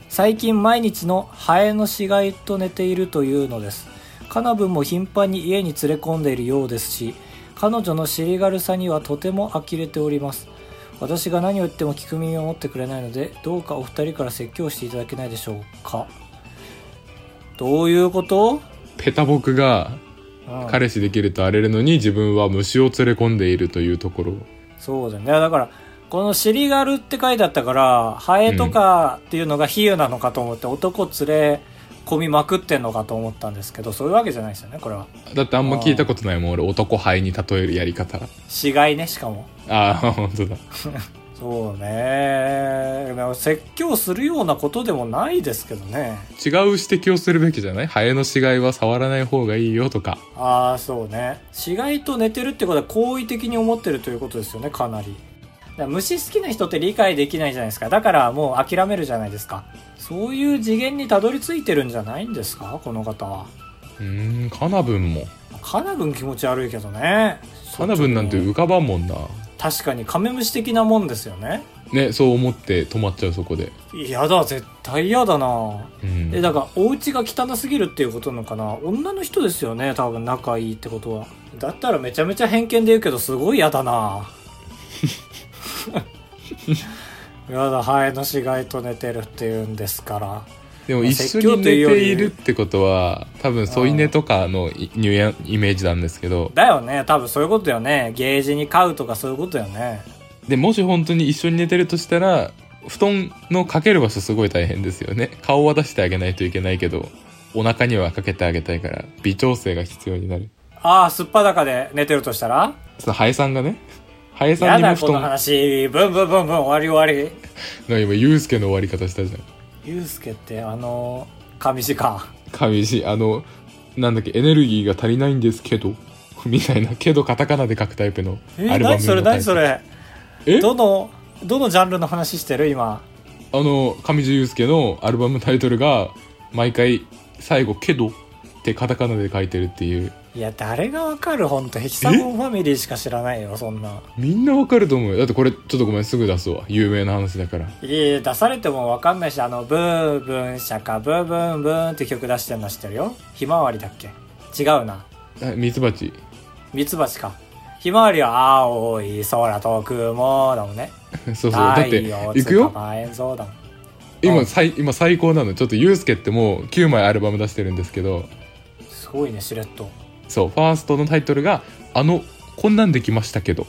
[SPEAKER 2] 最近毎日のハエの死骸と寝ているというのです。カナブンも頻繁に家に連れ込んでいるようですし、彼女の尻軽さにはとても呆れております。私が何を言っても聞く耳を持ってくれないので、どうかお二人から説教していただけないでしょうか。どういうこと、
[SPEAKER 1] ペタボクが
[SPEAKER 2] うん
[SPEAKER 1] 彼氏できると荒れるのに自分は虫を連れ込んでいるというところ。
[SPEAKER 2] そうだよね。だから、この尻軽って書いてあったから、ハエとかっていうのが比喩なのかと思って、男連れ込みまくってんのかと思ったんですけど、そういうわけじゃないですよね、これは。
[SPEAKER 1] だってあんま聞いたことないもん、俺男灰に例えるやり方。
[SPEAKER 2] 死骸ね、しかも。
[SPEAKER 1] ああ、本当だ。
[SPEAKER 2] そうね。でも説教するようなことでもないですけどね。
[SPEAKER 1] 違う指摘をするべきじゃないハエの死骸は触らない方がいいよとか。
[SPEAKER 2] ああ、そうね。死骸と寝てるってことは好意的に思ってるということですよね、かなり。だから虫好きな人って理解できないじゃないですか。だからもう諦めるじゃないですか。そういう次元にたどり着いてるんじゃないんですかこの方は。
[SPEAKER 1] うーん、カナブンも。
[SPEAKER 2] カナブン気持ち悪いけどね。
[SPEAKER 1] カナブンなんて
[SPEAKER 2] ちょっ
[SPEAKER 1] 浮かばんもんな。
[SPEAKER 2] とね確かにカメムシ的なもんですよね。
[SPEAKER 1] ね、そう思って止まっちゃう、そこで。
[SPEAKER 2] 嫌だ絶対嫌だな
[SPEAKER 1] うん。
[SPEAKER 2] えだからお家が汚すぎるっていうことなのかな女の人ですよね多分仲いいってことはだったらめちゃめちゃ偏見で言うけどすごい嫌だな やだハエの死骸と寝てるっていうんですから
[SPEAKER 1] でも
[SPEAKER 2] まあ
[SPEAKER 1] 一緒
[SPEAKER 2] 説教
[SPEAKER 1] に寝
[SPEAKER 2] というより
[SPEAKER 1] ているってことは、多分添い寝とかのいニュアイメージなんですけど、
[SPEAKER 2] だよね多分そういうことよねゲージに飼うとかそういうことよね
[SPEAKER 1] で、もし本当に一緒に寝てるとしたら、布団のかける場所すごい大変ですよね。顔は出してあげないといけないけど、お腹にはかけてあげたいから、微調整が必要になる。
[SPEAKER 2] ああすっぱだかで寝てるとしたら
[SPEAKER 1] そのハエさんがね、ハエさ
[SPEAKER 2] や
[SPEAKER 1] んにも
[SPEAKER 2] だ
[SPEAKER 1] 布
[SPEAKER 2] この
[SPEAKER 1] 団、
[SPEAKER 2] 話ブンブンブンブン終わり終わり
[SPEAKER 1] の今、ユうスケの終わり方したじゃん。
[SPEAKER 2] ゆうすけってあの上地か
[SPEAKER 1] 神石あのなんだっけエネルギーが足りないんですけど みたいなけどカタカナで書くタイプの
[SPEAKER 2] え
[SPEAKER 1] アルバムのタイ
[SPEAKER 2] 何
[SPEAKER 1] プ
[SPEAKER 2] それ何それ
[SPEAKER 1] え
[SPEAKER 2] どのどのジャンルの話してる今
[SPEAKER 1] あの上地雄介のアルバムタイトルが毎回最後「けど」ってカタカナで書いてるっていう
[SPEAKER 2] いや誰がわかるほんとヘキサゴンファミリーしか知らないよそんな
[SPEAKER 1] みんなわかると思うよだってこれちょっとごめんすぐ出すわ有名な話だから
[SPEAKER 2] いやいや出されてもわかんないしあのブーブンシャカブーブンブーンって曲出してるの知ってるよひまわりだっけ違うな
[SPEAKER 1] あミツバチ
[SPEAKER 2] ミツバチかひまわりは青い空と雲だもんね
[SPEAKER 1] そうそうだっ
[SPEAKER 2] 太
[SPEAKER 1] て
[SPEAKER 2] 陽
[SPEAKER 1] いくよ
[SPEAKER 2] まえんぞだもん
[SPEAKER 1] 今最今最高なのちょっと雄介ってもう9枚アルバム出してるんですけど
[SPEAKER 2] すごいねしれっと
[SPEAKER 1] そうファーストのタイトルが「あのこんなんできましたけど」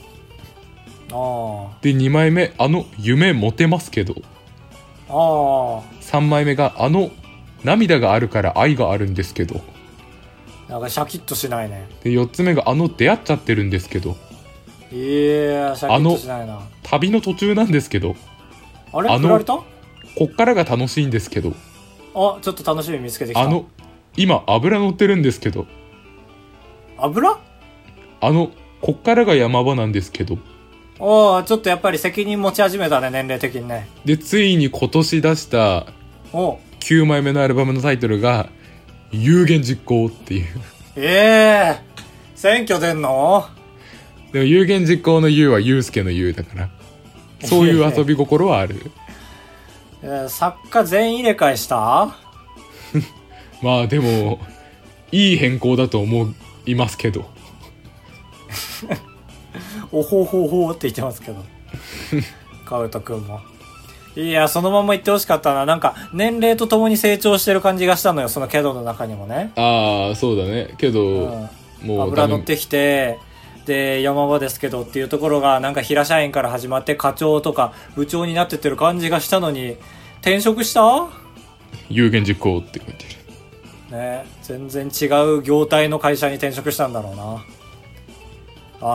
[SPEAKER 2] あ
[SPEAKER 1] で2枚目「あの夢持てますけど」
[SPEAKER 2] あああ
[SPEAKER 1] 3枚目が「あの涙があるから愛があるんですけど
[SPEAKER 2] なんかシャキッとしないね」
[SPEAKER 1] で4つ目が「あの出会っちゃってるんですけど
[SPEAKER 2] いやシャキッとしないな
[SPEAKER 1] 旅の途中なんですけど
[SPEAKER 2] あれ
[SPEAKER 1] あの
[SPEAKER 2] 振られたあ
[SPEAKER 1] こっからが楽しいんですけど
[SPEAKER 2] ちょっと楽しみ見つけてきた
[SPEAKER 1] あの今油乗ってるんですけど
[SPEAKER 2] 油
[SPEAKER 1] あのこっからが山場なんですけど
[SPEAKER 2] おーちょっとやっぱり責任持ち始めたね年齢的にね
[SPEAKER 1] でついに今年出した
[SPEAKER 2] おう
[SPEAKER 1] 9枚目のアルバムのタイトルが「有言実行」っていう
[SPEAKER 2] ええ選挙出んの
[SPEAKER 1] でも有言実行の「有」はユ介の「有」だからそういう遊び心はある
[SPEAKER 2] えー作家全員入れ替えした
[SPEAKER 1] まあでもいい変更だと思いますけど
[SPEAKER 2] おほほほって言ってます けどカウト君もいやそのまま言ってほしかったななんか年齢とともに成長してる感じがしたのよそのキャドの中にもね
[SPEAKER 1] ああそうだねけ
[SPEAKER 2] うん
[SPEAKER 1] ど、もう
[SPEAKER 2] 油
[SPEAKER 1] ダ
[SPEAKER 2] 乗
[SPEAKER 1] メ
[SPEAKER 2] ってきてで山場ですけどっていうところがなんか平社員から始まって課長とか部長になってってる感じがしたのに転職した
[SPEAKER 1] 有言実行って書いてる
[SPEAKER 2] ね全然違う業態の会社に転職したんだろうな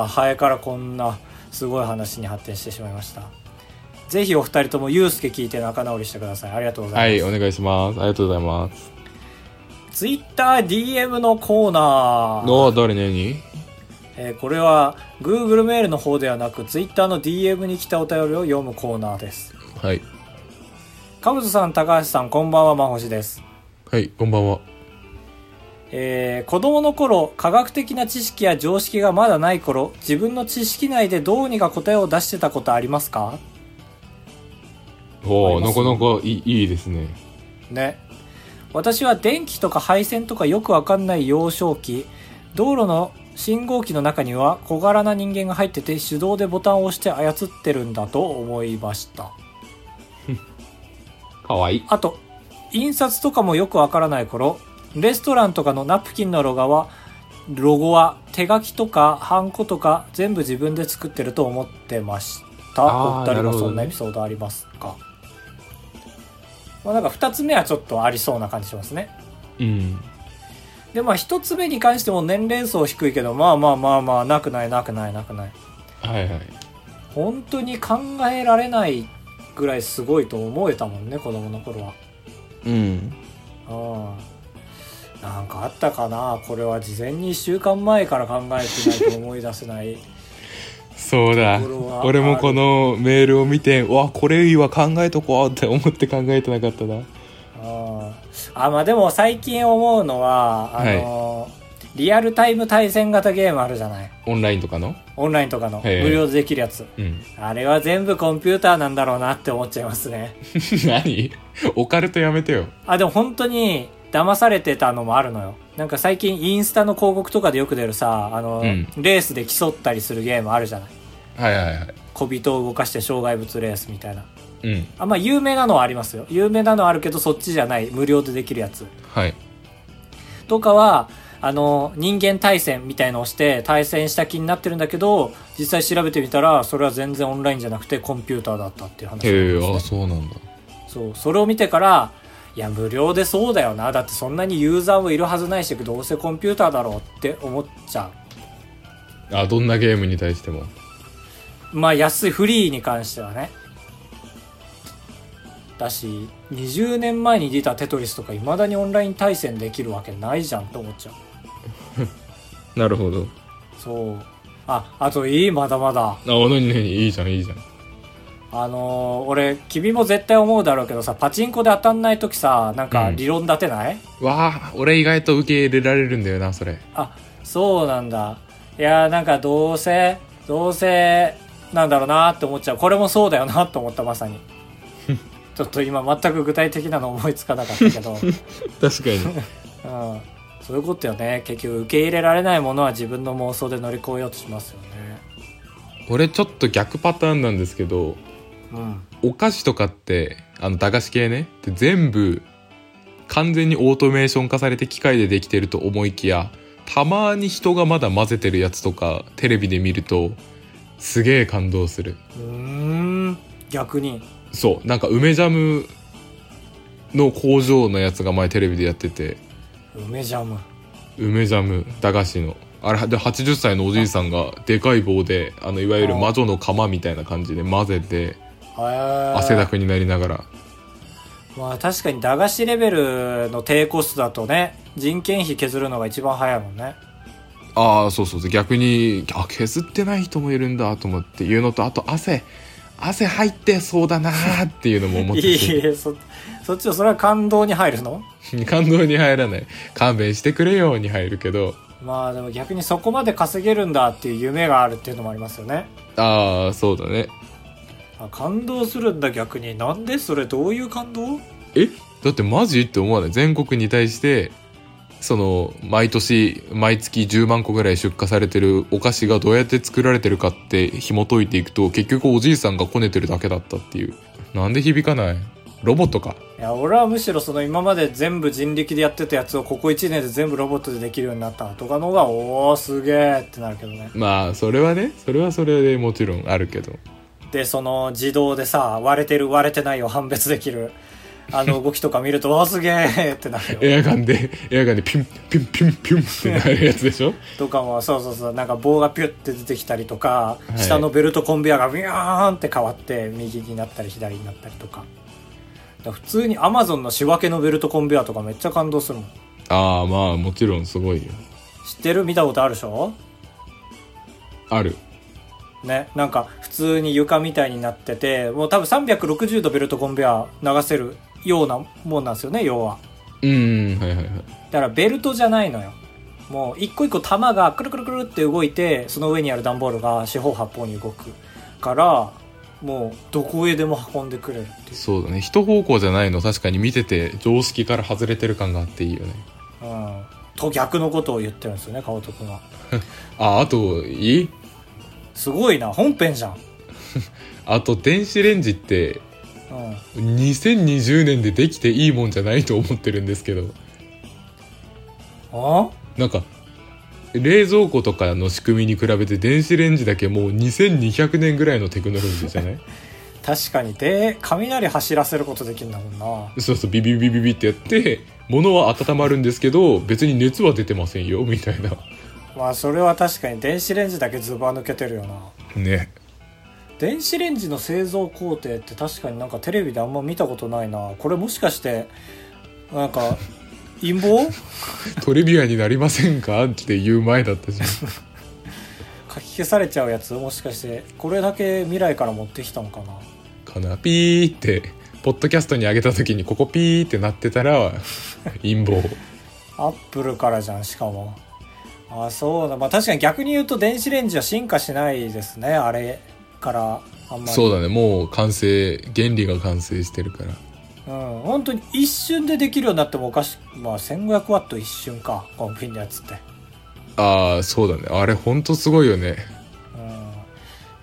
[SPEAKER 2] あハエからこんなすごい話に発展してしまいましたぜひお二人ともユうスケ聞いて仲直りしてくださいありがとうござ
[SPEAKER 1] はいい
[SPEAKER 2] ま
[SPEAKER 1] お願いしますありがとうございます
[SPEAKER 2] す、TwitterDM のコーナー
[SPEAKER 1] の誰何
[SPEAKER 2] えーこれは Google メールの方ではなく Twitter の DM に来たお便りを読むコーナーです
[SPEAKER 1] はい
[SPEAKER 2] かぶとさん高橋さんこんばんはまほしです、
[SPEAKER 1] はいこんばんは
[SPEAKER 2] えー子供の頃科学的な知識や常識がまだない頃自分の知識内でどうにか答えを出してたことありますか
[SPEAKER 1] お
[SPEAKER 2] あ
[SPEAKER 1] お
[SPEAKER 2] り
[SPEAKER 1] な
[SPEAKER 2] ます
[SPEAKER 1] かなかいいいいですね
[SPEAKER 2] ね私は電気とか配線とかよくわかんない幼少期道路の信号機の中には小柄な人間が入ってて手動でボタンを押して操ってるんだと思いました
[SPEAKER 1] かわいい
[SPEAKER 2] あと、印刷とかもよくわからない頃、レストランとかのナプキンのロゴは、ロゴは手書きとかハンコとか全部自分で作ってると思ってました。お
[SPEAKER 1] あー
[SPEAKER 2] 二人
[SPEAKER 1] なる
[SPEAKER 2] も
[SPEAKER 1] ほど
[SPEAKER 2] そ
[SPEAKER 1] ね
[SPEAKER 2] んなエピソードありますか、まあなんか二つ目はちょっとありそうな感じしますね。
[SPEAKER 1] うん
[SPEAKER 2] で、まあ一つ目に関しても年齢層低いけど、まあまあまあまあ、なくないなくないなくない。
[SPEAKER 1] はいはい
[SPEAKER 2] 本当に考えられないぐらいすごいと思えたもんね、子供の頃は。
[SPEAKER 1] うん
[SPEAKER 2] うんなんかあったかなこれは事前に1週間前から考えてないと思い出 せない
[SPEAKER 1] そうだ
[SPEAKER 2] ところは
[SPEAKER 1] 俺もこのメールを見てうわこれいいわ考えとこうって思って考えてなかったな
[SPEAKER 2] うんあまあでも最近思うのはあの、リアルタイム対戦型ゲームあるじゃない
[SPEAKER 1] オンラインとかの
[SPEAKER 2] オンラインとかの無
[SPEAKER 1] へえ
[SPEAKER 2] 料でできるやつ
[SPEAKER 1] うん
[SPEAKER 2] あれは全部コンピューターなんだろうなって思っちゃいま すね
[SPEAKER 1] 何オカルトやめてよ
[SPEAKER 2] あでも本当に騙されてたのもあるのよなんか最近インスタの広告とかでよく出るさあの、
[SPEAKER 1] うん
[SPEAKER 2] レースで競ったりするゲームあるじゃない
[SPEAKER 1] はいはいはい
[SPEAKER 2] 小人を動かして障害物レースみたいな
[SPEAKER 1] うん
[SPEAKER 2] あまあ有名なのはありますよ有名なのはあるけどそっちじゃない無料でできるやつ
[SPEAKER 1] はい
[SPEAKER 2] とかはあの人間対戦みたいのをして対戦した気になってるんだけど実際調べてみたらそれは全然オンラインじゃなくてコンピューターだったっていう話なん
[SPEAKER 1] へえ
[SPEAKER 2] ですね
[SPEAKER 1] あそうなんだ
[SPEAKER 2] そうそれを見てからいや無料でそうだよなだってそんなにユーザーもいるはずないしどうせコンピューターだろうって思っちゃ
[SPEAKER 1] あどんなゲームに対しても
[SPEAKER 2] うまあ安いフリーに関してはねだし20年前に出た「テトリス」とかいまだにオンライン対戦できるわけないじゃんと思っちゃう
[SPEAKER 1] なるほど
[SPEAKER 2] そうああといいまだまだ
[SPEAKER 1] あ何何いいじゃんいいじゃん
[SPEAKER 2] あのー俺君も絶対思うだろうけどさパチンコで当たんない時さなんか
[SPEAKER 1] うん
[SPEAKER 2] 理論立てない、
[SPEAKER 1] わあ俺意外と受け入れられるんだよなそれ
[SPEAKER 2] あそうなんだいやーなんかどうせどうせなんだろうなって思っちゃうこれもそうだよなと思ったまさ にちょっと今全く具体的なの思いつかなかったけど、うん、
[SPEAKER 1] 確かに
[SPEAKER 2] そういうことよね結局受け入れられないものは自分の妄想で乗り越えようとしますよね
[SPEAKER 1] 俺ちょっと逆パターンなんですけど
[SPEAKER 2] うん
[SPEAKER 1] お菓子とかってあの駄菓子系ねって全部完全にオートメーション化されて機械でできてると思いきやたまに人がまだ混ぜてるやつとかテレビで見るとすげえ感動する
[SPEAKER 2] うーん逆に
[SPEAKER 1] そうなんか梅ジャムの工場のやつが前テレビでやってて
[SPEAKER 2] 梅ジャム
[SPEAKER 1] 梅ジャム駄菓子のあれで80歳のおじいさんがでかい棒であのいわゆる魔女の釜みたいな感じで混ぜて汗
[SPEAKER 2] 汗
[SPEAKER 1] だくになりながら
[SPEAKER 2] まあ確かに駄菓子レベルの低コストだとね人件費削るのが一番早いもんね
[SPEAKER 1] ああそうそうそう逆にあ削ってない人もいるんだと思って言うのとあと汗汗入ってそうだなーっていうのも思っ
[SPEAKER 2] い
[SPEAKER 1] て
[SPEAKER 2] いえそそっちはそれは感動に入るの
[SPEAKER 1] 感動に入らない勘弁してくれよに入るけど
[SPEAKER 2] まあでも逆にそこまで稼げるんだっていう夢があるっていうのもありますよね
[SPEAKER 1] ああそうだね
[SPEAKER 2] あ感動するんだ逆になんでそれどういう感動
[SPEAKER 1] えだってマジって思わない全国に対してその毎年毎月10万個ぐらい出荷されてるお菓子がどうやって作られてるかって紐解いていくと結局おじいさんがこねてるだけだったっていうなんで響かないロボットか
[SPEAKER 2] いや俺はむしろその今まで全部人力でやってたやつをここ1年で全部ロボットでできるようになったとかの方がおおすげえってなるけどね
[SPEAKER 1] まあそれはねそれはそれでもちろんあるけど
[SPEAKER 2] でその自動でさ割れてる割れてないを判別できる あの動きとか見るとわあすげえってなるよ
[SPEAKER 1] エアガンでエアガンでピュンピュンピュンピュンってなるやつでしょ
[SPEAKER 2] とかもそうそうそうなんか棒がピュッて出てきたりとか、
[SPEAKER 1] はい
[SPEAKER 2] 下のベルトコンベヤーがビューンって変わって右になったり左になったりとかだから普通にアマゾンの仕分けのベルトコンベヤーとかめっちゃ感動するもん知
[SPEAKER 1] ああまあもちろんすごいよ
[SPEAKER 2] ってる見たことあるでしょ
[SPEAKER 1] ある
[SPEAKER 2] ね、なんか普通に床みたいになっててもう多分360度ベルトコンベヤー流せるようなもんなんですよね要は
[SPEAKER 1] うんはいはいはい
[SPEAKER 2] だからベルトじゃないのよもう一個一個玉がくるくるくるって動いてその上にある段ボールが四方八方に動くからもうどこへでも運んでくれるってい
[SPEAKER 1] そうだね一方向じゃないの確かに見てて常識から外れてる感があっていいよね
[SPEAKER 2] う、うん、と逆のことを言ってるんですよね顔とくんは
[SPEAKER 1] ああといい
[SPEAKER 2] すごいな本編じゃん、
[SPEAKER 1] あと電子レンジって
[SPEAKER 2] うん、
[SPEAKER 1] 2020年でできていいもんじゃないと思ってるんですけど
[SPEAKER 2] あ
[SPEAKER 1] なんか冷蔵庫とかの仕組みに比べて電子レンジだけもう2200年ぐらいのテクノロジーじゃない
[SPEAKER 2] 確かにで雷走らせることできるんだもんな
[SPEAKER 1] そうそうビビビビビってやって物は温まるんですけど別に熱は出てませんよみたいな
[SPEAKER 2] まあそれは確かに電子レンジだけズバ抜けてるよな
[SPEAKER 1] ね
[SPEAKER 2] 電子レンジの製造工程って確かになんかテレビであんま見たことないなこれもしかしてなんか陰謀
[SPEAKER 1] トリビアになりませんかっていう前だったし
[SPEAKER 2] 書き消されちゃうやつもしかしてこれだけ未来から持ってきたのかな
[SPEAKER 1] かなピーってポッドキャストに上げた時にここピーってなってたら陰謀
[SPEAKER 2] アップルからじゃんしかもあそうだまあ確かに逆に言うと電子レンジは進化しないですねあれからあんまり
[SPEAKER 1] そうだねもう完成原理が完成してるから
[SPEAKER 2] うん本当に一瞬でできるようになってもおかしくまあ1500ワット一瞬かコンビニのやつって
[SPEAKER 1] ああそうだねあれほんとすごいよね
[SPEAKER 2] うん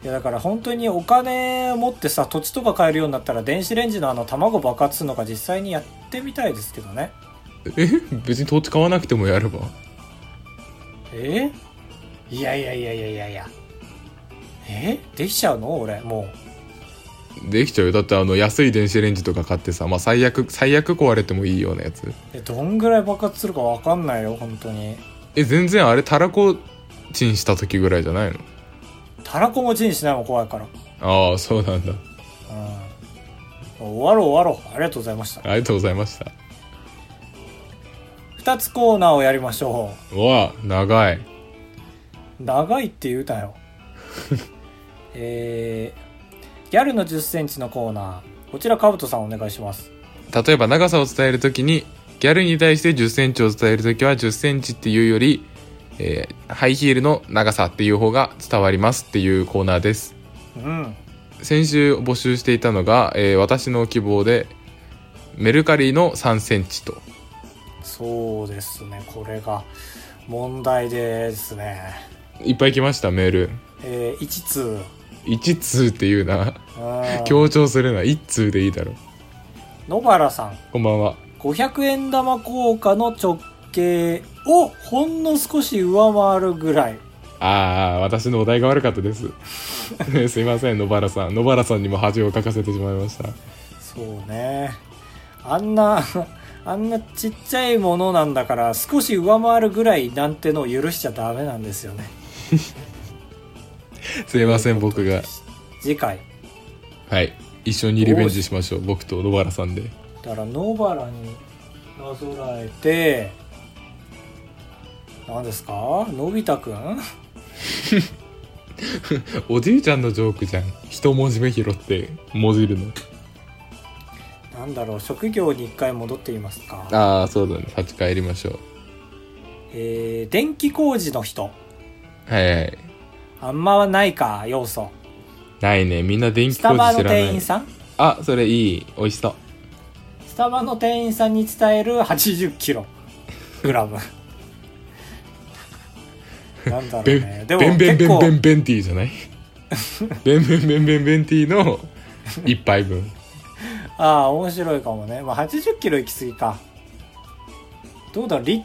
[SPEAKER 2] いやだから本当にお金持ってさ土地とか買えるようになったら電子レンジのあの卵爆発するのか実際にやってみたいですけどね
[SPEAKER 1] え別に土地買わなくてもやれば
[SPEAKER 2] えいやいやいやいやいやいやえできちゃうの俺も
[SPEAKER 1] できちゃうよだってあの安い電子レンジとか買ってさ、まあ、最悪最悪壊れてもいいようなやつ
[SPEAKER 2] うえどんぐらい爆発するかわかんないよ本当に
[SPEAKER 1] え全然あれたらこチンした時ぐらいじゃないの
[SPEAKER 2] たらこもチンしないも怖いから
[SPEAKER 1] ああそうなんだ
[SPEAKER 2] うん終わろう終わろうありがとうございました
[SPEAKER 1] ありがとうございました
[SPEAKER 2] 2つコーナーをやりましょ
[SPEAKER 1] うわ長いう
[SPEAKER 2] 長いって言うたよえー、ギャルの1 0センチのコーナーこちらカブトさんお願いします
[SPEAKER 1] 例えば長さを伝えるときにギャルに対して1 0センチを伝えるときは1 0センチっていうより、えーハイヒールの長さっていう方が伝わりますっていうコーナーです
[SPEAKER 2] うん
[SPEAKER 1] 先週募集していたのが、えー私の希望でメルカリの3センチと
[SPEAKER 2] そうですねこれが問題ですね
[SPEAKER 1] いっぱい来ましたメール
[SPEAKER 2] えー、1通
[SPEAKER 1] 1通っていうな
[SPEAKER 2] うん
[SPEAKER 1] 強調するな1通でいいだろ
[SPEAKER 2] 野原さん
[SPEAKER 1] こんばんは
[SPEAKER 2] 500円玉硬貨の直径をほんの少し上回るぐらい
[SPEAKER 1] ああ私のお題が悪かったです すいません野原さん野原さんにも恥をかかせてしまいました
[SPEAKER 2] そうねあんな あんなちっちゃいものなんだから少し上回るぐらいなんてのを許しちゃダメなんですよね
[SPEAKER 1] すいません僕が
[SPEAKER 2] 次回
[SPEAKER 1] はい一緒にリベンジしましょう僕と野原さんで
[SPEAKER 2] だから野原になぞらえて何ですかのび太くん
[SPEAKER 1] おじいちゃんのジョークじゃん一文字目拾ってもじるの
[SPEAKER 2] なんだろう職業に一回戻っていますか
[SPEAKER 1] ああそうだね立ち返りましょう
[SPEAKER 2] えー、電気工事の人
[SPEAKER 1] はいはい
[SPEAKER 2] あんまはないか要素
[SPEAKER 1] ないねみんな電気
[SPEAKER 2] ス
[SPEAKER 1] 工
[SPEAKER 2] タバ
[SPEAKER 1] 事知
[SPEAKER 2] の
[SPEAKER 1] らな
[SPEAKER 2] 店員
[SPEAKER 1] い
[SPEAKER 2] さん
[SPEAKER 1] あそれいい美味しそう
[SPEAKER 2] スタバの店員さんに伝える80キログラムなんだろ
[SPEAKER 1] ベン
[SPEAKER 2] うねで
[SPEAKER 1] ベ
[SPEAKER 2] も
[SPEAKER 1] ンベン
[SPEAKER 2] 結
[SPEAKER 1] ベンベ
[SPEAKER 2] 構
[SPEAKER 1] ンベンティーじゃ ないベンベンベンベンベンティーの一杯分
[SPEAKER 2] ああ面白いかもね、まあ、80キロ行き過ぎかどうだろうリ,、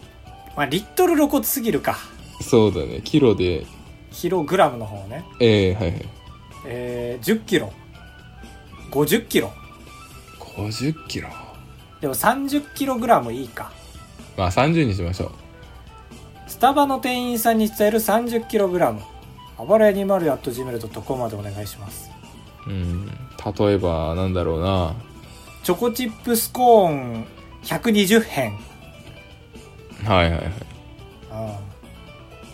[SPEAKER 2] まあ、リットル露骨すぎるか
[SPEAKER 1] そうだねキロで
[SPEAKER 2] キログラムの方ね
[SPEAKER 1] ええはいはい
[SPEAKER 2] えー、10キロ50キロ
[SPEAKER 1] 50キロ
[SPEAKER 2] でも30キログラムいいか
[SPEAKER 1] まあ30にしましょう
[SPEAKER 2] スタバの店員さんに伝える30キログラム暴れ 204.gmail.com までお願いします
[SPEAKER 1] うん例えばなんだろうな
[SPEAKER 2] チョコチップスコーン120編、
[SPEAKER 1] はいはいはい
[SPEAKER 2] う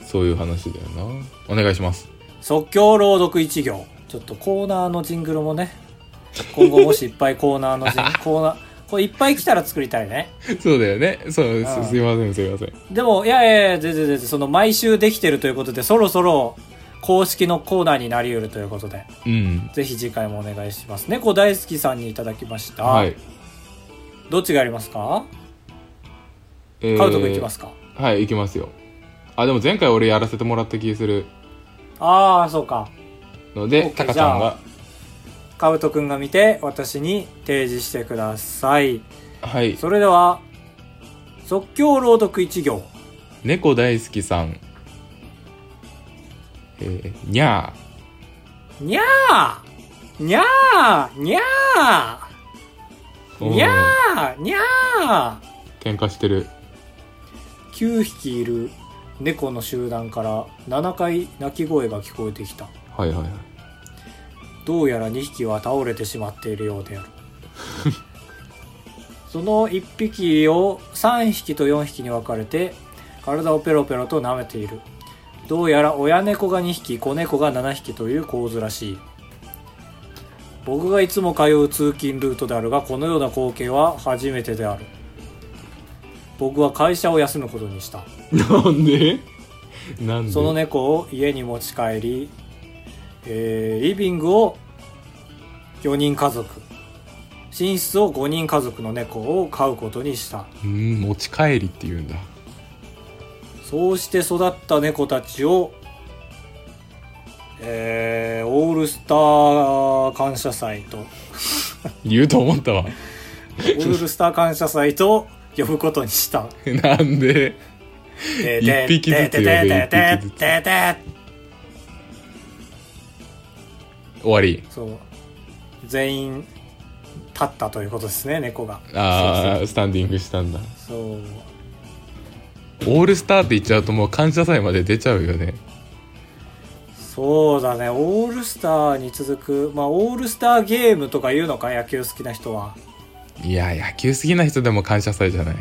[SPEAKER 2] ん、
[SPEAKER 1] そういう話だよなお願いします
[SPEAKER 2] 即興朗読一行ちょっとコーナーのジングルもね今後もしいっぱいコーナー のジンコーナーこれいっぱい来たら作りたいね
[SPEAKER 1] そうだよねそう
[SPEAKER 2] ああ
[SPEAKER 1] すすいませんすいません
[SPEAKER 2] でもいやいやいや全然全然その毎週できてるということでそろそろ公式のコーナーになり得るということで
[SPEAKER 1] うん
[SPEAKER 2] ぜひ次回もお願いします猫大好きさんにいただきました、
[SPEAKER 1] はい
[SPEAKER 2] どっちがやりますか
[SPEAKER 1] えー
[SPEAKER 2] カウト君いきますか、
[SPEAKER 1] はい行きますよあでも前回俺やらせてもらった気する
[SPEAKER 2] ああそうか
[SPEAKER 1] ので
[SPEAKER 2] OK
[SPEAKER 1] タカさんが
[SPEAKER 2] カウト君が見て私に提示してください
[SPEAKER 1] はい
[SPEAKER 2] それでは即興朗読一行
[SPEAKER 1] 猫大好きさんえー、にゃ
[SPEAKER 2] にゃーにゃーにゃ
[SPEAKER 1] ー
[SPEAKER 2] ーにゃーにゃー
[SPEAKER 1] おー喧嘩してる
[SPEAKER 2] 9匹いる猫の集団から7回鳴き声が聞こえてきた
[SPEAKER 1] はいはいはい
[SPEAKER 2] どうやら2匹は倒れてしまっているようである その1匹を3匹と4匹に分かれて体をペロペロと舐めているどうやら親猫が2匹子猫が7匹という構図らしい僕がいつも通う通勤ルートであるがこのような光景は初めてである僕は会社を休むことにした
[SPEAKER 1] なんでなんで
[SPEAKER 2] その猫を家に持ち帰り、えーリビングを4人家族寝室を5人家族の猫を飼うことにした
[SPEAKER 1] うん持ち帰りって言うんだ
[SPEAKER 2] そうして育った猫たちを、えーオールスター感謝祭 とオ
[SPEAKER 1] 言うと思ったわ
[SPEAKER 2] ールスター感謝祭と呼ぶことにした
[SPEAKER 1] なんで 一匹ずつ呼べ一匹ずつ終わり
[SPEAKER 2] そう全員立ったということですね猫が
[SPEAKER 1] ああスタンディングしたんだ
[SPEAKER 2] そうそうそう
[SPEAKER 1] オールスターって言っちゃうともう感謝祭まで出ちゃうよね
[SPEAKER 2] そうだねオールスターに続くまあオールスターゲームとか言うのか野球好きな人はい
[SPEAKER 1] や野球好きな人でも感謝祭じゃない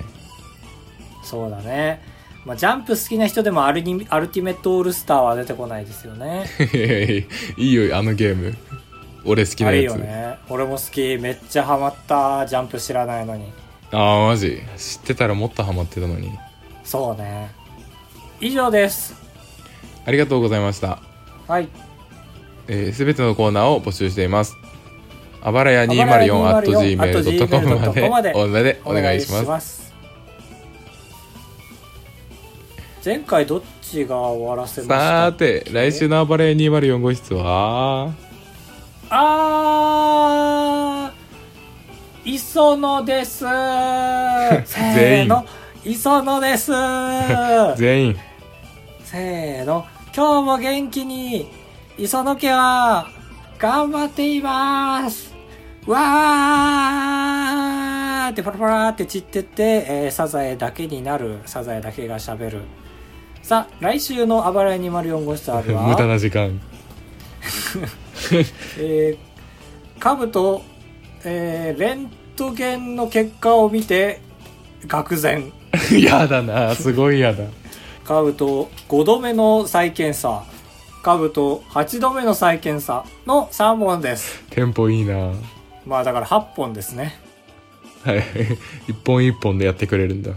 [SPEAKER 2] そうだねまあジャンプ好きな人でもアルニアルティメットオールスターは出てこないですよね
[SPEAKER 1] いいよあのゲーム俺好き
[SPEAKER 2] あ
[SPEAKER 1] な
[SPEAKER 2] れ
[SPEAKER 1] や
[SPEAKER 2] よ
[SPEAKER 1] つ
[SPEAKER 2] ね俺も好きめっちゃハマったジャンプ知らないのに
[SPEAKER 1] ああマジ知ってたらもっとハマってたのに
[SPEAKER 2] そうね以上です
[SPEAKER 1] ありがとうございました
[SPEAKER 2] はい
[SPEAKER 1] すべ、えー全てのコーナーを募集していますあばらや 204-gmail.com まで
[SPEAKER 2] gmail.com まで
[SPEAKER 1] おでお願いします
[SPEAKER 2] す前回どっちが終わらせました
[SPEAKER 1] さーて来週のあばらや204号室は
[SPEAKER 2] あー磯野で すせー
[SPEAKER 1] 全員
[SPEAKER 2] の磯野です
[SPEAKER 1] 全員
[SPEAKER 2] せーの今日も元気に磯野家は頑張っていますわーってパラパラって散ってって、えーサザエだけになるサザエだけが喋るさあ来週の「あばらい204号室あるは
[SPEAKER 1] 無駄な時間
[SPEAKER 2] えー、株と、えーレントゲンの結果を見て愕然
[SPEAKER 1] やだなすごいやだ
[SPEAKER 2] 株と5度目の再検査株と8度目の再検査の3本です
[SPEAKER 1] テンポいいな
[SPEAKER 2] まあだから8本ですね
[SPEAKER 1] はい一本一本でやってくれるんだ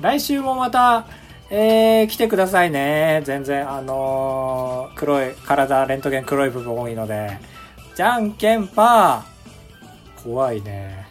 [SPEAKER 2] 来週もまた、えー来てくださいね全然あのー黒い体レントゲン黒い部分多いのでじゃんけんパー怖いね